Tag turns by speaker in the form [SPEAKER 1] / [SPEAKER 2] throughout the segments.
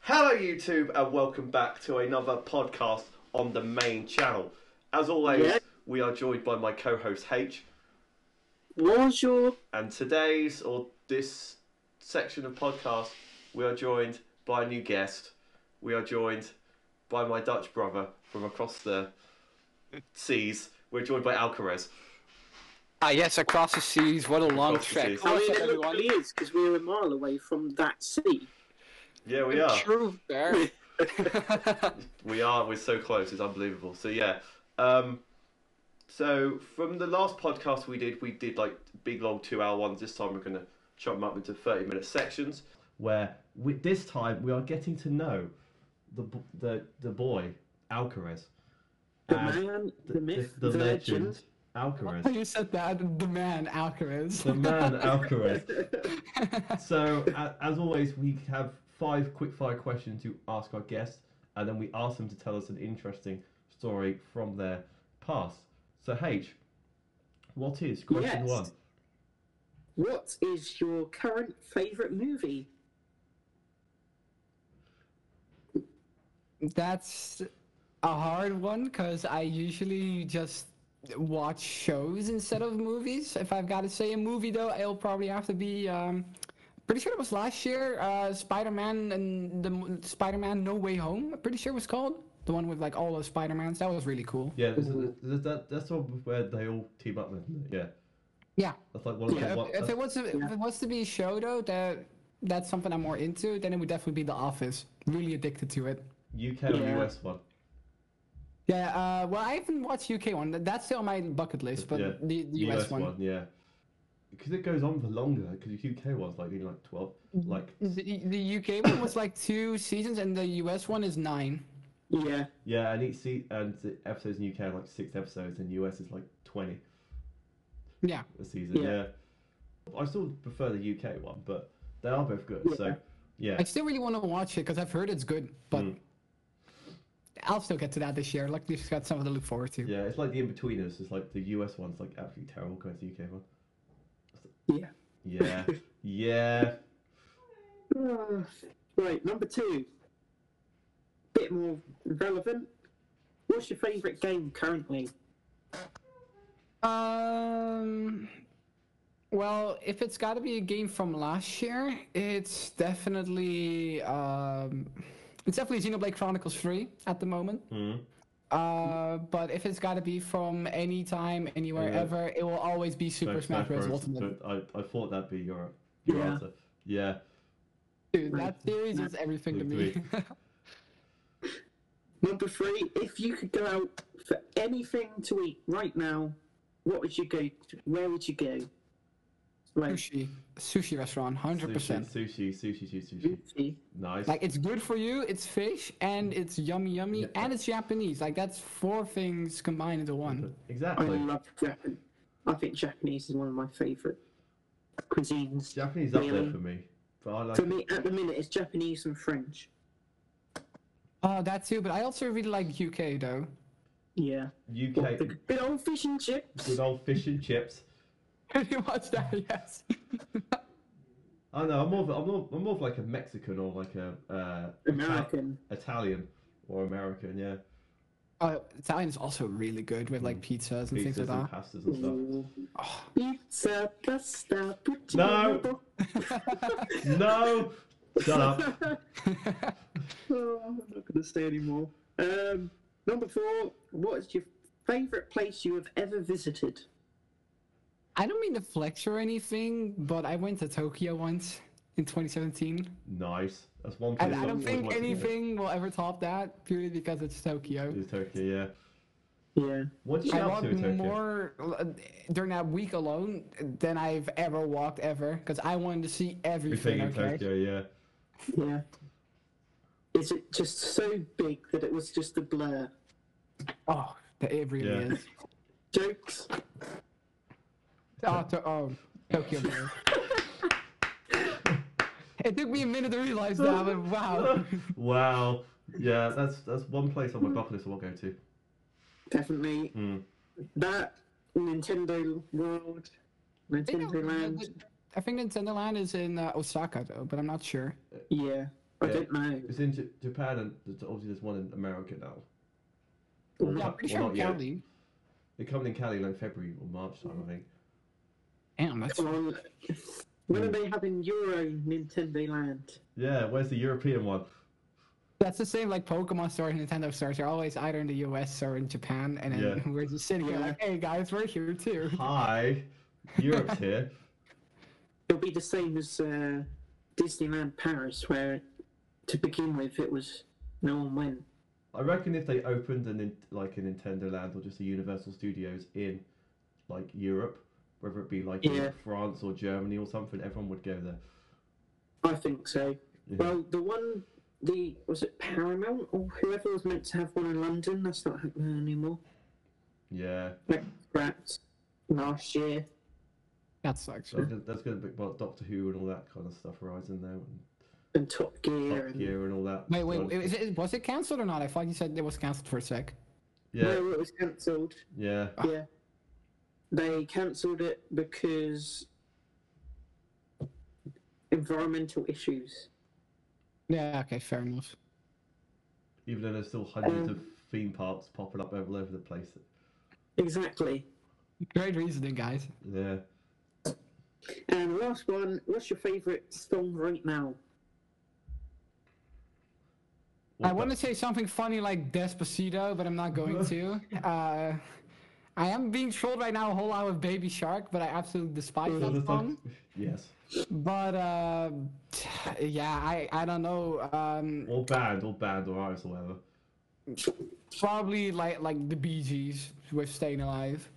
[SPEAKER 1] Hello, YouTube, and welcome back to another podcast on the main channel. As always,
[SPEAKER 2] Yeah.
[SPEAKER 1] we are joined by my co host H,
[SPEAKER 2] Bonjour.
[SPEAKER 1] and today's or this section of podcast, we are joined by a new guest. We are joined by my Dutch brother from across the seas. We're joined by Alcaraz.
[SPEAKER 3] Ah, yes, across the seas. What a long
[SPEAKER 1] Across the
[SPEAKER 3] trek.
[SPEAKER 1] seas.
[SPEAKER 2] I mean,
[SPEAKER 3] What's up,
[SPEAKER 2] it
[SPEAKER 3] everyone?
[SPEAKER 2] literally is because we're a mile away from that sea.
[SPEAKER 1] Oh, Yeah, we are.
[SPEAKER 3] True, there.
[SPEAKER 1] We are. We're so close. It's unbelievable. So yeah. Um, so from the last podcast we did, we did like big long two hour ones. This time we're gonna chop them up into thirty minute sections. Where we, this time we are getting to know the b- the the boy Alcaraz,
[SPEAKER 2] The
[SPEAKER 1] And
[SPEAKER 2] man, Ah, the myth,
[SPEAKER 1] the,
[SPEAKER 2] the, legend.
[SPEAKER 1] legend Alcaraz,
[SPEAKER 3] you said that, the man, Alcaraz.
[SPEAKER 1] the man Alcaraz. so a- as always, we have five quick fire questions to ask our guests, and then we ask them to tell us an interesting story from their past. So H, what is question
[SPEAKER 2] Yes.
[SPEAKER 1] one?
[SPEAKER 2] What is your current favourite movie?
[SPEAKER 3] That's a hard one because I usually just watch shows instead of movies. If I've got to say a movie, though, it'll probably have to be. Um, pretty sure it was last year. Uh, Spider Man and the mo- Spider-Man No Way Home. I'm pretty sure it was called the one with like all the Spider-Mans. That was really cool.
[SPEAKER 1] Yeah, this is- that, that, that's the one where they all team up with. Yeah,
[SPEAKER 3] Yeah.
[SPEAKER 1] that's like one of
[SPEAKER 3] Yeah,
[SPEAKER 1] the uh,
[SPEAKER 3] if-
[SPEAKER 1] one.
[SPEAKER 3] if, it was to, if it was to be a show though, that that's something I'm more into, then it would definitely be The Office. Really addicted to it.
[SPEAKER 1] UK
[SPEAKER 2] Yeah.
[SPEAKER 1] or US one.
[SPEAKER 3] Yeah. Uh, well, I haven't watched UK one. Th- That's still on my bucket list, but
[SPEAKER 1] yeah.
[SPEAKER 3] the, the US, one.
[SPEAKER 1] yeah. Because it goes on for longer. Because the UK one's like nearly like twelve, like
[SPEAKER 3] The, the UK one was like two seasons, and the US one is nine.
[SPEAKER 2] Yeah,
[SPEAKER 1] yeah, and each se- and the episodes in UK are like six episodes, and US is like twenty.
[SPEAKER 3] Yeah.
[SPEAKER 1] a season. Yeah.
[SPEAKER 2] Yeah.
[SPEAKER 1] I still prefer the UK one, but they are both good. So yeah,
[SPEAKER 3] I still really want to watch it because I've heard it's good, but I'll still get to that this year. Luckily, it's got something to look forward to.
[SPEAKER 1] yeah, it's like the in betweeners. It's like the US one's like absolutely terrible compared to the UK one.
[SPEAKER 2] yeah.
[SPEAKER 1] Yeah, yeah.
[SPEAKER 2] Ah, right, number two. Bit more relevant. What's your favourite game currently?
[SPEAKER 3] Um. Well, if it's got to be a game from last year, it's definitely um, it's definitely Xenoblade Chronicles Three at the moment.
[SPEAKER 1] Mm.
[SPEAKER 3] Uh, but if it's got to be from any time, anywhere,
[SPEAKER 1] Yeah.
[SPEAKER 3] ever, it will always be Super Smash Bros. Ultimate.
[SPEAKER 1] but I, I thought that'd be your, your
[SPEAKER 2] Yeah.
[SPEAKER 1] answer. Yeah,
[SPEAKER 3] Dude, that series is everything to me.
[SPEAKER 2] Number three. If you could go out for anything to eat right now, what would you go? Where would you go? Like
[SPEAKER 3] sushi, sushi restaurant, hundred
[SPEAKER 1] sushi,
[SPEAKER 3] percent.
[SPEAKER 1] sushi, sushi, sushi, sushi.
[SPEAKER 2] sushi.
[SPEAKER 1] Nice.
[SPEAKER 3] Like it's good for you. It's fish and it's yummy, yummy, and it's Japanese. Like that's four things combined into one.
[SPEAKER 2] I
[SPEAKER 1] exactly.
[SPEAKER 2] love Japan. I think Japanese is one of my favourite cuisines.
[SPEAKER 1] Japanese up there
[SPEAKER 2] Really?
[SPEAKER 1] for me, but I like.
[SPEAKER 2] For me, at the minute, it's Japanese and French.
[SPEAKER 3] Oh, that too. But I also really like UK though.
[SPEAKER 2] Yeah.
[SPEAKER 1] UK
[SPEAKER 2] The good old fish and chips.
[SPEAKER 1] good old fish and chips.
[SPEAKER 3] Have you watched that?
[SPEAKER 1] Mm.
[SPEAKER 3] Yes.
[SPEAKER 1] I know. I'm more. Of, a- I'm more. I'm more of like a Mexican or like a uh,
[SPEAKER 2] American.
[SPEAKER 1] Italian or American, yeah.
[SPEAKER 3] oh, Italian is also really good with
[SPEAKER 1] Mm.
[SPEAKER 3] like pizzas and things
[SPEAKER 1] Pizzas
[SPEAKER 3] like
[SPEAKER 1] and
[SPEAKER 3] that.
[SPEAKER 1] pastas and stuff.
[SPEAKER 2] Pizza, pasta,
[SPEAKER 1] No. no! Shut up.
[SPEAKER 2] Oh, I'm not going to say anymore. Um, number four. What is your favourite place you have ever visited?
[SPEAKER 3] I don't mean to flex or anything, but I went to Tokyo once in 2017,
[SPEAKER 1] Nice. That's one place.
[SPEAKER 3] and I
[SPEAKER 1] I've
[SPEAKER 3] don't
[SPEAKER 1] always
[SPEAKER 3] think
[SPEAKER 1] wanted to go.
[SPEAKER 3] anything will ever top that purely because it's Tokyo.
[SPEAKER 1] Is Tokyo, yeah.
[SPEAKER 2] Yeah.
[SPEAKER 1] What did you
[SPEAKER 3] I
[SPEAKER 1] get up
[SPEAKER 3] walked
[SPEAKER 1] to in Tokyo?
[SPEAKER 3] more uh, during that week alone than I've ever walked ever because I wanted to see
[SPEAKER 1] Everything
[SPEAKER 3] everything.
[SPEAKER 1] in
[SPEAKER 3] Okay.
[SPEAKER 1] Tokyo, yeah.
[SPEAKER 2] Yeah. Is it just so big that it was just a blur?
[SPEAKER 3] Oh, it really
[SPEAKER 1] Yeah.
[SPEAKER 3] is.
[SPEAKER 2] Jokes.
[SPEAKER 3] Oh, to- oh Tokyo Mirror. it took me a minute to realize that, but wow.
[SPEAKER 1] wow. Yeah, that's that's one place on my bucket list I want to go to.
[SPEAKER 2] Definitely.
[SPEAKER 1] Mm.
[SPEAKER 2] That Nintendo World,
[SPEAKER 3] I think,
[SPEAKER 2] Nintendo
[SPEAKER 3] that-
[SPEAKER 2] Land.
[SPEAKER 3] I think Nintendo Land is in uh, Osaka though, but I'm not sure.
[SPEAKER 2] Yeah. I
[SPEAKER 1] Yeah.
[SPEAKER 2] don't know.
[SPEAKER 1] It's in J- Japan, and there's, obviously there's one in America now.
[SPEAKER 2] Well,
[SPEAKER 3] Yeah, I'm
[SPEAKER 1] not-
[SPEAKER 3] pretty
[SPEAKER 1] well,
[SPEAKER 3] sure
[SPEAKER 1] not yet.
[SPEAKER 3] Cali.
[SPEAKER 1] They're coming in Cali like February or March time, I think.
[SPEAKER 3] Damn, that's
[SPEAKER 2] Come on. When are they having your own Nintendo Land?
[SPEAKER 1] Yeah, where's the European one?
[SPEAKER 3] that's the same like Pokemon stores, Nintendo stores. They're always either in the US or in Japan, and then
[SPEAKER 1] Yeah.
[SPEAKER 3] we're just sitting here
[SPEAKER 2] Yeah.
[SPEAKER 3] like, hey guys, we're here too.
[SPEAKER 1] Hi, Europe's here.
[SPEAKER 2] It'll be the same as uh, Disneyland Paris, where to begin with it was no one went.
[SPEAKER 1] I reckon if they opened a Nin- like a Nintendo Land or just a Universal Studios in like Europe, whether it be like in
[SPEAKER 2] Yeah.
[SPEAKER 1] France or Germany or something, everyone would go there.
[SPEAKER 2] I think so.
[SPEAKER 1] Yeah.
[SPEAKER 2] Well, the one, the was it Paramount or whoever was meant to have one in London? That's not happening anymore.
[SPEAKER 1] Yeah,
[SPEAKER 2] Like scrapped last year.
[SPEAKER 3] That sucks.
[SPEAKER 1] so th- that's going to be well Doctor Who and all that kind of stuff rides in there, and
[SPEAKER 2] And Top Gear.
[SPEAKER 1] Top
[SPEAKER 2] and,
[SPEAKER 1] Gear and all that.
[SPEAKER 3] Wait, wait,
[SPEAKER 1] Well,
[SPEAKER 3] is it, was it cancelled or not? I thought you said it was cancelled for a sec.
[SPEAKER 1] yeah,
[SPEAKER 2] No, it was cancelled.
[SPEAKER 1] yeah.
[SPEAKER 2] Yeah. They cancelled it because environmental issues.
[SPEAKER 3] Yeah, okay, fair enough.
[SPEAKER 1] Even though there's still
[SPEAKER 3] Um,
[SPEAKER 1] hundreds of theme parks popping up all over the place.
[SPEAKER 2] Exactly.
[SPEAKER 3] Great reasoning, guys.
[SPEAKER 1] Yeah.
[SPEAKER 2] And the last one, what's your favourite song right now?
[SPEAKER 3] I want to say something funny like Despacito, but I'm not going to. Uh, I am being trolled right now a whole lot with Baby Shark, but I absolutely despise that song.
[SPEAKER 1] Yes.
[SPEAKER 3] But uh, yeah, I, I don't know. Um,
[SPEAKER 1] Or band, or band, or artist, or whatever.
[SPEAKER 3] probably like like the Bee Gees with Staying Alive.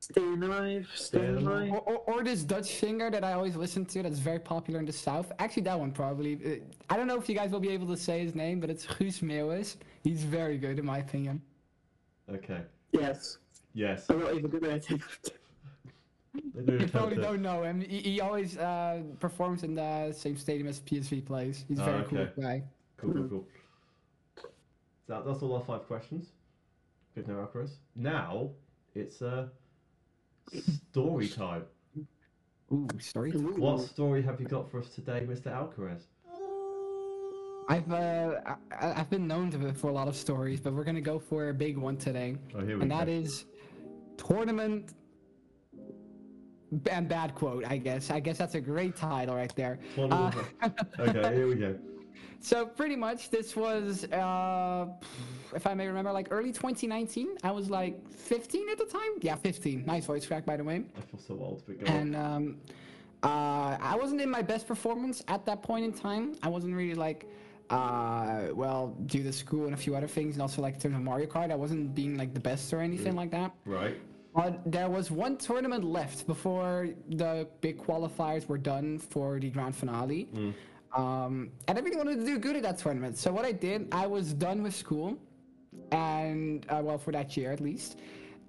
[SPEAKER 2] Staying Alive, Staying
[SPEAKER 1] Staying
[SPEAKER 2] Alive.
[SPEAKER 3] Or, or, or this Dutch singer that I always listen to that's very popular in the South. Actually, that one probably. Uh, I don't know if you guys will be able to say his name, but it's Guus Meeuwis. He's very good, in my opinion.
[SPEAKER 1] Okay.
[SPEAKER 2] Yes.
[SPEAKER 1] Yes.
[SPEAKER 2] I'm not even going to
[SPEAKER 1] They do
[SPEAKER 3] You probably
[SPEAKER 1] attempt it.
[SPEAKER 3] don't know him. He, he always uh, performs in the same stadium as PSV plays. He's a
[SPEAKER 1] Oh,
[SPEAKER 3] very
[SPEAKER 1] okay.
[SPEAKER 3] cool guy.
[SPEAKER 1] Cool, cool, cool. So that's all our five questions. Good now, Chris. Now it's uh, story time.
[SPEAKER 3] Ooh, sorry.
[SPEAKER 1] What story have you got for us today, Mr. Alcaraz?
[SPEAKER 3] I've uh, I, I- I've been known to, for a lot of stories, but we're gonna go for a big one today,
[SPEAKER 1] Oh, here we
[SPEAKER 3] and
[SPEAKER 1] go.
[SPEAKER 3] that is tournament and bad quote. I guess. I guess that's a great title right there. Uh,
[SPEAKER 1] Tournament- okay, here we go.
[SPEAKER 3] So pretty much, this was, uh, if I may remember, like early 2019. I was like 15 at the time. Yeah, 15. Nice voice crack, by the way.
[SPEAKER 1] I feel so old, but go on.
[SPEAKER 3] and um, uh, I wasn't in my best performance at that point in time. I wasn't really like, uh, well, due to school and a few other things, and also like in terms of Mario Kart, I wasn't being like the best or anything like that.
[SPEAKER 1] Right.
[SPEAKER 3] But there was one tournament left before the big qualifiers were done for the grand finale. Um, and I really wanted to do good at that tournament. So what I did, I was done with school, and uh, well, for that year at least.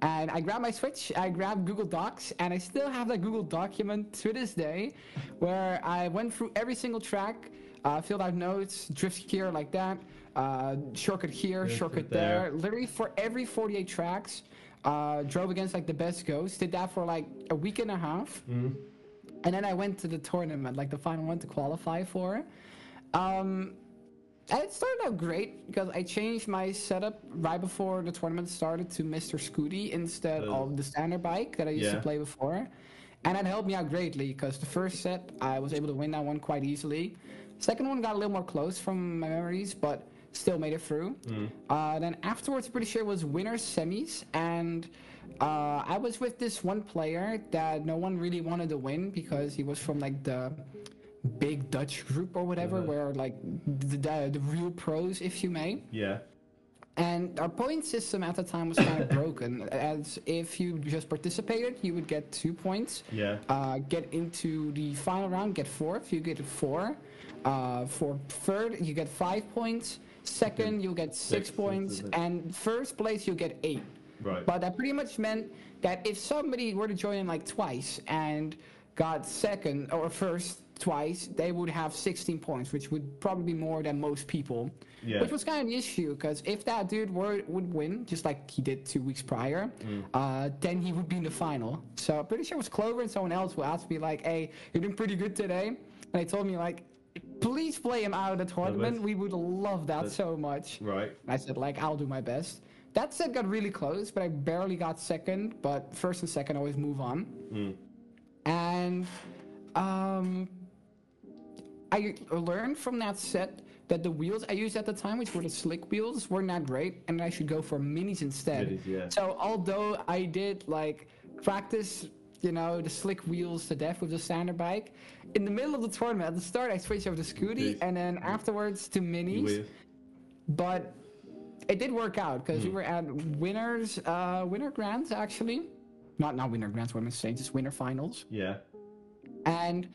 [SPEAKER 3] And I grabbed my Switch, I grabbed Google Docs, and I still have that Google document to this day, where I went through every single track, uh, filled out notes, drift here like that, uh, shortcut here,
[SPEAKER 1] Drift
[SPEAKER 3] shortcut
[SPEAKER 1] there.
[SPEAKER 3] there, literally for every 48 tracks uh, drove against like the best ghosts did that for like a week and a half and then i went to the tournament like the final one to qualify for um, and it started out great because i changed my setup right before the tournament started to mr scooty instead
[SPEAKER 1] Oh.
[SPEAKER 3] of the standard bike that i used
[SPEAKER 1] Yeah.
[SPEAKER 3] to play before and that helped me out greatly because the first set i was able to win that one quite easily second one got a little more close from my memories but still made it through
[SPEAKER 1] Mm.
[SPEAKER 3] uh, then afterwards pretty sure it was winners semis and uh, i was with this one player that no one really wanted to win because he was from like the big dutch group or whatever
[SPEAKER 1] Uh-huh.
[SPEAKER 3] where like the, the, the real pros if you may
[SPEAKER 1] Yeah.
[SPEAKER 3] and our point system at the time was kind of broken, as if you just participated, you would get two points.
[SPEAKER 1] Yeah.
[SPEAKER 3] Uh, get into the final round, get fourth, you get four. Uh, for third, you get five points. Second, you'll get six
[SPEAKER 1] Six,
[SPEAKER 3] points.
[SPEAKER 1] isn't it?
[SPEAKER 3] And first place, you'll get eight.
[SPEAKER 1] Right.
[SPEAKER 3] But that pretty much meant that if somebody were to join in like twice and got second or first twice, they would have 16 points, which would probably be more than most people.
[SPEAKER 1] Yeah.
[SPEAKER 3] Which was kind of the issue because if that dude were would win, just like he did two weeks prior,
[SPEAKER 1] Mm.
[SPEAKER 3] uh, then he would be in the final. So I'm pretty sure it was Clover and someone else who asked me like, "Hey, you're doing pretty good today," and they told me like, please play him out of the tournament.
[SPEAKER 1] that's-
[SPEAKER 3] We would love that so much.
[SPEAKER 1] Right.
[SPEAKER 3] I said, like, I'll do my best. That set got really close, but I barely got second. But first and second always move on.
[SPEAKER 1] Hmm.
[SPEAKER 3] And um, I learned from that set that the wheels I used at the time, which were the slick wheels, were not great, and I should go for minis instead.
[SPEAKER 1] Minis, yeah.
[SPEAKER 3] So although I did like practice, you know, the slick wheels to death with the standard bike, in the middle of the tournament, at the start, I switched over to Scooty,
[SPEAKER 1] Yes.
[SPEAKER 3] and then afterwards to minis
[SPEAKER 1] Weird.
[SPEAKER 3] but it did work out because we were at winners uh winner grands actually not not winner grands what am i saying just winner finals
[SPEAKER 1] Yeah.
[SPEAKER 3] and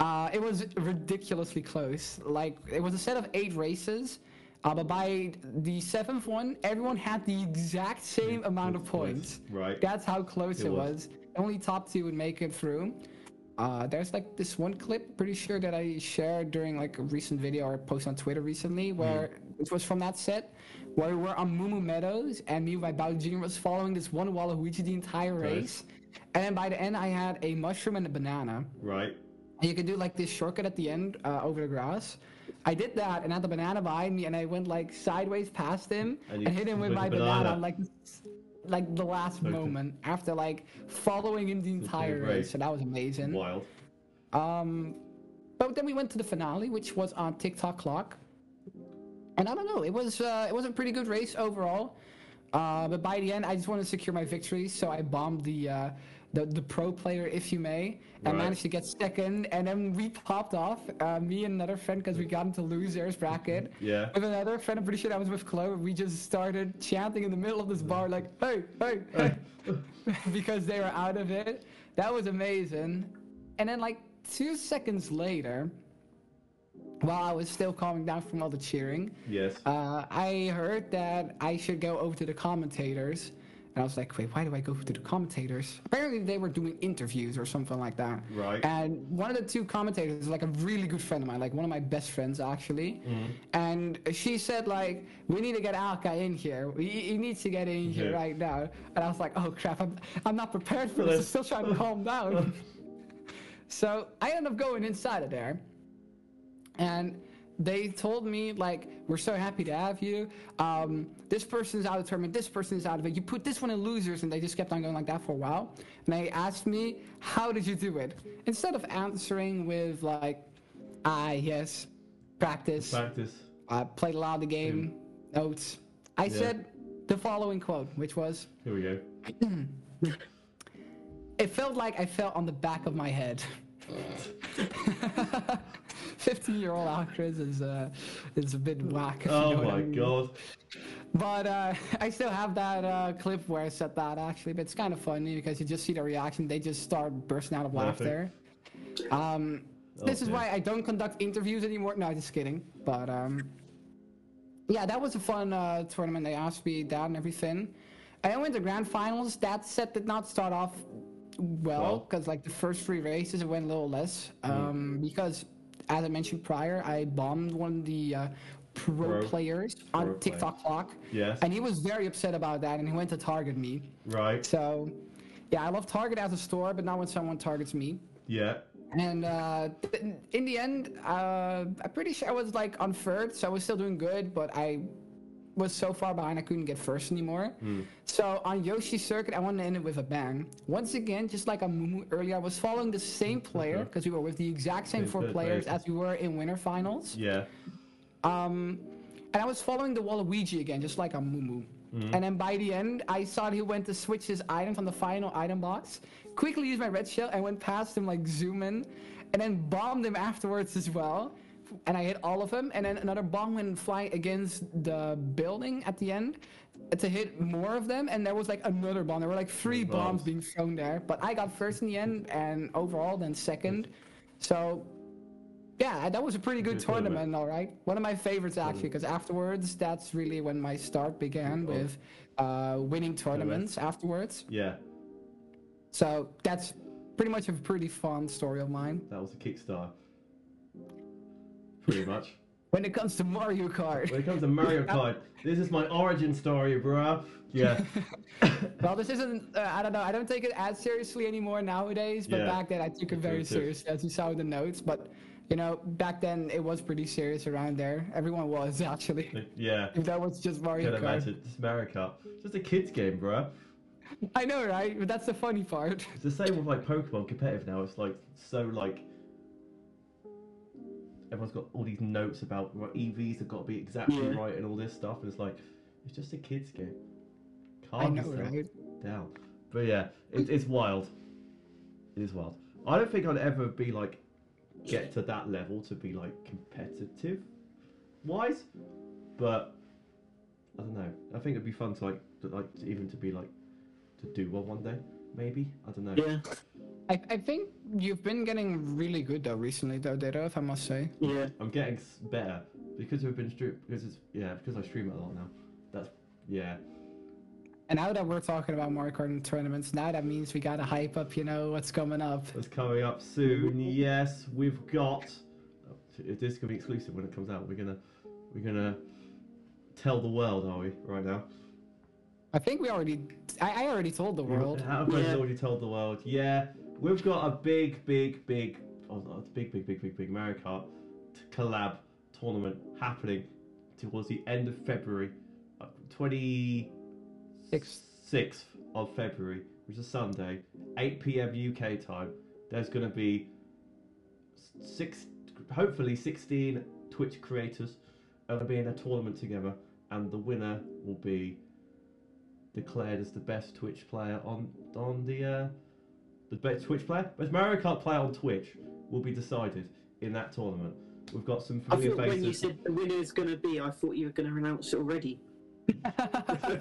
[SPEAKER 3] uh it was ridiculously close like it was a set of eight races uh, but by the seventh one everyone had the exact same amount of points
[SPEAKER 1] Right.
[SPEAKER 3] that's how close
[SPEAKER 1] It
[SPEAKER 3] it,
[SPEAKER 1] was.
[SPEAKER 3] was. Only top two would make it through. Uh, there's like this one clip, pretty sure that I shared during like a recent video or a post on Twitter recently, where which was from that set, where we were on Mumu Meadows, and me and my Bao Junior was following this one Waluigi the entire
[SPEAKER 1] Right.
[SPEAKER 3] race, and then by the end I had a mushroom and a banana.
[SPEAKER 1] Right.
[SPEAKER 3] And you could do like this shortcut at the end uh, over the grass. I did that and had the banana behind me, and I went like sideways past him
[SPEAKER 1] And
[SPEAKER 3] and,
[SPEAKER 1] you
[SPEAKER 3] hit him with
[SPEAKER 1] with
[SPEAKER 3] my
[SPEAKER 1] the
[SPEAKER 3] banana,
[SPEAKER 1] banana.
[SPEAKER 3] like s- like the last moment after like following him the entire
[SPEAKER 1] right.
[SPEAKER 3] race. So that was amazing.
[SPEAKER 1] Wild.
[SPEAKER 3] Um, but then we went to the finale, which was on TikTok clock, and I don't know. It was uh, it was a pretty good race overall. Uh, but by the end, I just wanted to secure my victory, so I bombed the uh, the, the pro player, if you may, and
[SPEAKER 1] Right.
[SPEAKER 3] managed to get second. And then we popped off, uh, me and another friend, because we got into losers bracket.
[SPEAKER 1] Yeah.
[SPEAKER 3] With another friend, I'm pretty sure that was with Chloe. We just started chanting in the middle of this bar, like "Hey, hey, hey," because they were out of it. That was amazing. And then, like two seconds later, while I was still calming down from all the cheering,
[SPEAKER 1] Yes.
[SPEAKER 3] uh, I heard that I should go over to the commentators. And I was like, wait, why do I go to the commentators? Apparently, they were doing interviews or something like that.
[SPEAKER 1] Right.
[SPEAKER 3] And one of the two commentators is like a really good friend of mine, like one of my best friends, actually.
[SPEAKER 1] Mm-hmm.
[SPEAKER 3] And she said, like, we need to get Alka in here. He, he needs to get in here
[SPEAKER 1] Yeah.
[SPEAKER 3] right now. And I was like, oh, crap, I'm, I'm not prepared for this. I'm still trying to calm down. So I ended up going inside of there, and they told me like, "We're so happy to have you. Um, this person's out of the tournament. This person is out of it. You put this one in losers," and they just kept on going like that for a while. And they asked me, "How did you do it?" Instead of answering with like, "Ah, yes, practice.
[SPEAKER 1] Practice.
[SPEAKER 3] I played a lot of the game. Notes." I
[SPEAKER 1] Yeah.
[SPEAKER 3] said the following quote, which was,
[SPEAKER 1] Here we go.
[SPEAKER 3] It felt like I felt on the back of my head. 15 year old actress is, uh, is a bit whack. if you know
[SPEAKER 1] Oh
[SPEAKER 3] what I
[SPEAKER 1] my
[SPEAKER 3] mean.
[SPEAKER 1] god.
[SPEAKER 3] But uh, I still have that uh, clip where I said that actually, but it's kind of funny because you just see the reaction. They just start bursting out of
[SPEAKER 1] Laughing.
[SPEAKER 3] laughter. Um, this is
[SPEAKER 1] dear.
[SPEAKER 3] why I don't conduct interviews anymore. No, just kidding. But um, yeah, that was a fun uh, tournament. They asked me that and everything. I then went to grand finals. That set did not start off well
[SPEAKER 1] Well. Mm-hmm.
[SPEAKER 3] because like the first three races it went a little less um, because as I mentioned prior, I bombed one of the uh, pro,
[SPEAKER 1] Pro.
[SPEAKER 3] players
[SPEAKER 1] Pro
[SPEAKER 3] on
[SPEAKER 1] player.
[SPEAKER 3] TikTok clock.
[SPEAKER 1] Yes.
[SPEAKER 3] And he was very upset about that and he went to target me.
[SPEAKER 1] Right.
[SPEAKER 3] So, yeah, I love Target as a store, but not when someone targets me.
[SPEAKER 1] Yeah.
[SPEAKER 3] And uh, th- in the end, uh, I'm pretty sure I was like on third, so I was still doing good, but I was so far behind I couldn't get first anymore.
[SPEAKER 1] Hmm.
[SPEAKER 3] So on Yoshi Circuit, I wanted to end it with a bang. Once again, just like on Mumu earlier, I was following the same player because we were with the exact same
[SPEAKER 1] Mm-hmm. Same
[SPEAKER 3] four
[SPEAKER 1] player,
[SPEAKER 3] players
[SPEAKER 1] right.
[SPEAKER 3] as we were in winter finals.
[SPEAKER 1] Yeah.
[SPEAKER 3] Um, and I was following the Waluigi again, just like on Mumu. And then by the end, I saw he went to switch his item from the final item box, quickly used my red shell, and went past him, like zoom in, and then bombed him afterwards as well. And I hit all of them, and then another bomb went flying against the building at the end to hit more of them. And there was like another bomb. There were like three
[SPEAKER 1] Bombs.
[SPEAKER 3] bombs being thrown there, but I got first in the end, and overall then second. So yeah, that was a pretty good
[SPEAKER 1] Good tournament.
[SPEAKER 3] tournament, all right. One of my favorites
[SPEAKER 1] Mm-hmm.
[SPEAKER 3] actually, because afterwards, that's really when my start began
[SPEAKER 1] Oh.
[SPEAKER 3] with uh, winning tournaments afterwards.
[SPEAKER 1] Yeah.
[SPEAKER 3] So that's pretty much a pretty fun story of mine.
[SPEAKER 1] That was a Kickstarter. Pretty much.
[SPEAKER 3] When it comes to Mario Kart,
[SPEAKER 1] When it comes to Mario Kart, this is my origin story, bruh. Yeah.
[SPEAKER 3] well, this isn't. Uh, I don't know. I don't take it as seriously anymore nowadays, but
[SPEAKER 1] Yeah.
[SPEAKER 3] back then I took it very
[SPEAKER 1] Definitive.
[SPEAKER 3] seriously, as you saw in the notes. But You know, back then it was pretty serious around there. Everyone was actually.
[SPEAKER 1] Yeah.
[SPEAKER 3] If that was just Mario
[SPEAKER 1] Can
[SPEAKER 3] Kart,
[SPEAKER 1] imagine. It's Mario Kart. Just a kids game, bruh.
[SPEAKER 3] I know, right? But that's the funny part.
[SPEAKER 1] It's the same with like Pokemon competitive now. It's like so like everyone's got all these notes about what EVs have got to be exactly
[SPEAKER 2] Yeah.
[SPEAKER 1] right and all this stuff, and it's like it's just a kids game.
[SPEAKER 3] I
[SPEAKER 1] Calm
[SPEAKER 3] know,
[SPEAKER 1] yourself
[SPEAKER 3] right?
[SPEAKER 1] down. But yeah, it, it's wild. It is wild. I don't think I'd ever be like get to that level to be like competitive wise, but I don't know. I think it'd be fun to like to, like even to be like to do one one day maybe. I don't know.
[SPEAKER 2] Yeah,
[SPEAKER 3] I, I think you've been getting really good though recently, though, Data, if I must say.
[SPEAKER 2] yeah.
[SPEAKER 1] I'm getting s- better because we've been stream because it's yeah because I stream it a lot now. That's yeah
[SPEAKER 3] And now that we're talking about Mario Kart and tournaments, now that means we gotta hype up, you know, what's coming up.
[SPEAKER 1] that's coming up soon. Yes, we've got oh, if this can be exclusive when it comes out. We're gonna we're gonna tell the world, are we? Right now,
[SPEAKER 3] I think we already, I, I already told the world.
[SPEAKER 1] Our friends
[SPEAKER 2] Yeah.
[SPEAKER 1] already told the world. Yeah, we've got a big big big oh, oh, it's big big big big big Mario Kart t- collab tournament happening towards the end of February, uh, twenty.
[SPEAKER 3] Six.
[SPEAKER 1] 6th of February, which is a Sunday, 8 p.m. UK time, there's going to be six, hopefully 16 Twitch creators are going to be in a tournament together, and the winner will be declared as the best Twitch player on on the uh, the best Twitch player, best Mario Kart player on Twitch will be decided in that tournament. We've got some
[SPEAKER 2] I
[SPEAKER 1] familiar
[SPEAKER 2] thought when you
[SPEAKER 1] faces.
[SPEAKER 2] said the winner is going to be, I thought you were going to announce it already.
[SPEAKER 1] yeah, the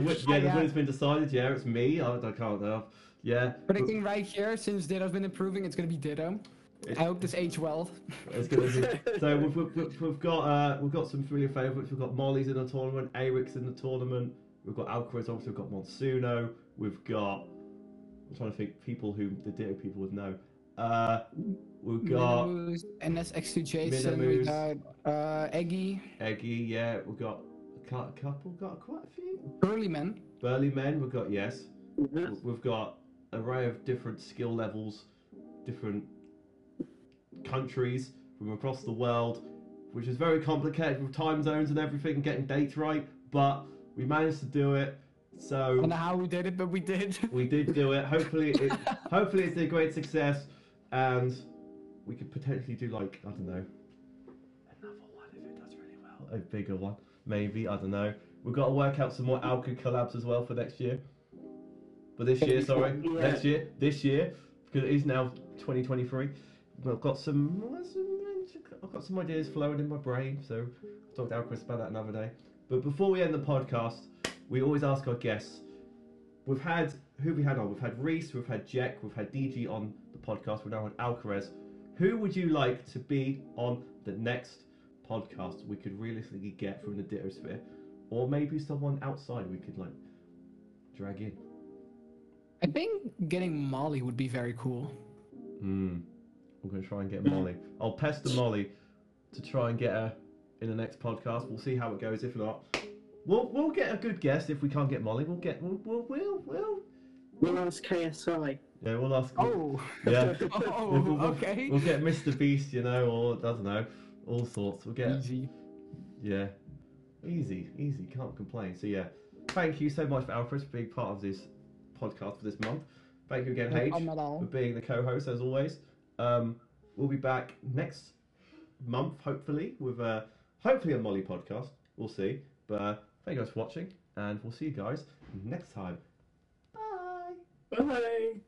[SPEAKER 1] wi- yeah, the
[SPEAKER 3] Yeah.
[SPEAKER 1] winner's been decided. Yeah, it's me. I, I can't know. Yeah, but-
[SPEAKER 3] Predicting right here, since Ditto's been improving, it's gonna be Ditto. I hope this aged well.
[SPEAKER 1] It's gonna be, so we've, we've- we've, we've got uh, we've got some familiar favourites. We've got Molly's in the tournament, Eric's in the tournament. We've got Alcaraz. Obviously, we've got Monsuno. We've got I'm trying to think people who the Ditto people would know. Uh, we've got
[SPEAKER 3] Minimus, NSX2 Jason, we
[SPEAKER 1] Minimus.
[SPEAKER 3] got uh, Eggy,
[SPEAKER 1] Eggy. Yeah, we've got a cou- couple. Got quite a few.
[SPEAKER 3] Burly Man.
[SPEAKER 1] Burly men. We've got yes.
[SPEAKER 2] Yeah.
[SPEAKER 1] We've got array of different skill levels, different countries from across the world, which is very complicated with time zones and everything and getting dates right, but we managed to do it.
[SPEAKER 3] I
[SPEAKER 1] So
[SPEAKER 3] don't know how we did it, but we did.
[SPEAKER 1] we did do it. Hopefully it hopefully it's a great success and we could potentially do like, I don't know. Another one if it does really well. A bigger one. Maybe, I don't know. We've got to work out some more Alka collabs as well for next year. For this year, sorry.
[SPEAKER 2] Yeah.
[SPEAKER 1] Next year. This year. Because it is now twenty twenty three. I've got some, I've got some ideas flowing in my brain, so I'll talk to Alchemist about that another day. But before we end the podcast, we always ask our guests. We've had who have we had on. We've had Reese, we've had Jack, we've had DG on the podcast. We're now on Alcaraz. Who would you like to be on the next podcast we could realistically get from the Ditto Sphere, or maybe someone outside we could like drag in?
[SPEAKER 3] I think getting Molly would be very cool.
[SPEAKER 1] Hmm. I'm gonna try and get Molly. I'll pester Molly to try and get her in the next podcast. We'll see how it goes. If not, we'll we'll get a good guest. If we can't get Molly, we'll get we'll we'll we'll. we'll
[SPEAKER 2] We'll ask KSI.
[SPEAKER 1] yeah, we'll ask.
[SPEAKER 3] Oh,
[SPEAKER 1] yeah. We'll-
[SPEAKER 3] oh,
[SPEAKER 1] we'll-
[SPEAKER 3] okay.
[SPEAKER 1] We'll get Mr. Beast, you know, or I don't know, all sorts. We'll get
[SPEAKER 3] Easy.
[SPEAKER 1] yeah, easy, easy. Can't complain. So yeah, thank you so much for Alfred for being part of this podcast for this month. Thank you again,
[SPEAKER 3] No
[SPEAKER 1] H,
[SPEAKER 3] problem at all.
[SPEAKER 1] for being the co-host as always. Um, we'll be back next month, hopefully, with a hopefully a Molly podcast. We'll see. But uh, thank you guys for watching, and we'll see you guys next time. Bye.
[SPEAKER 2] Bye.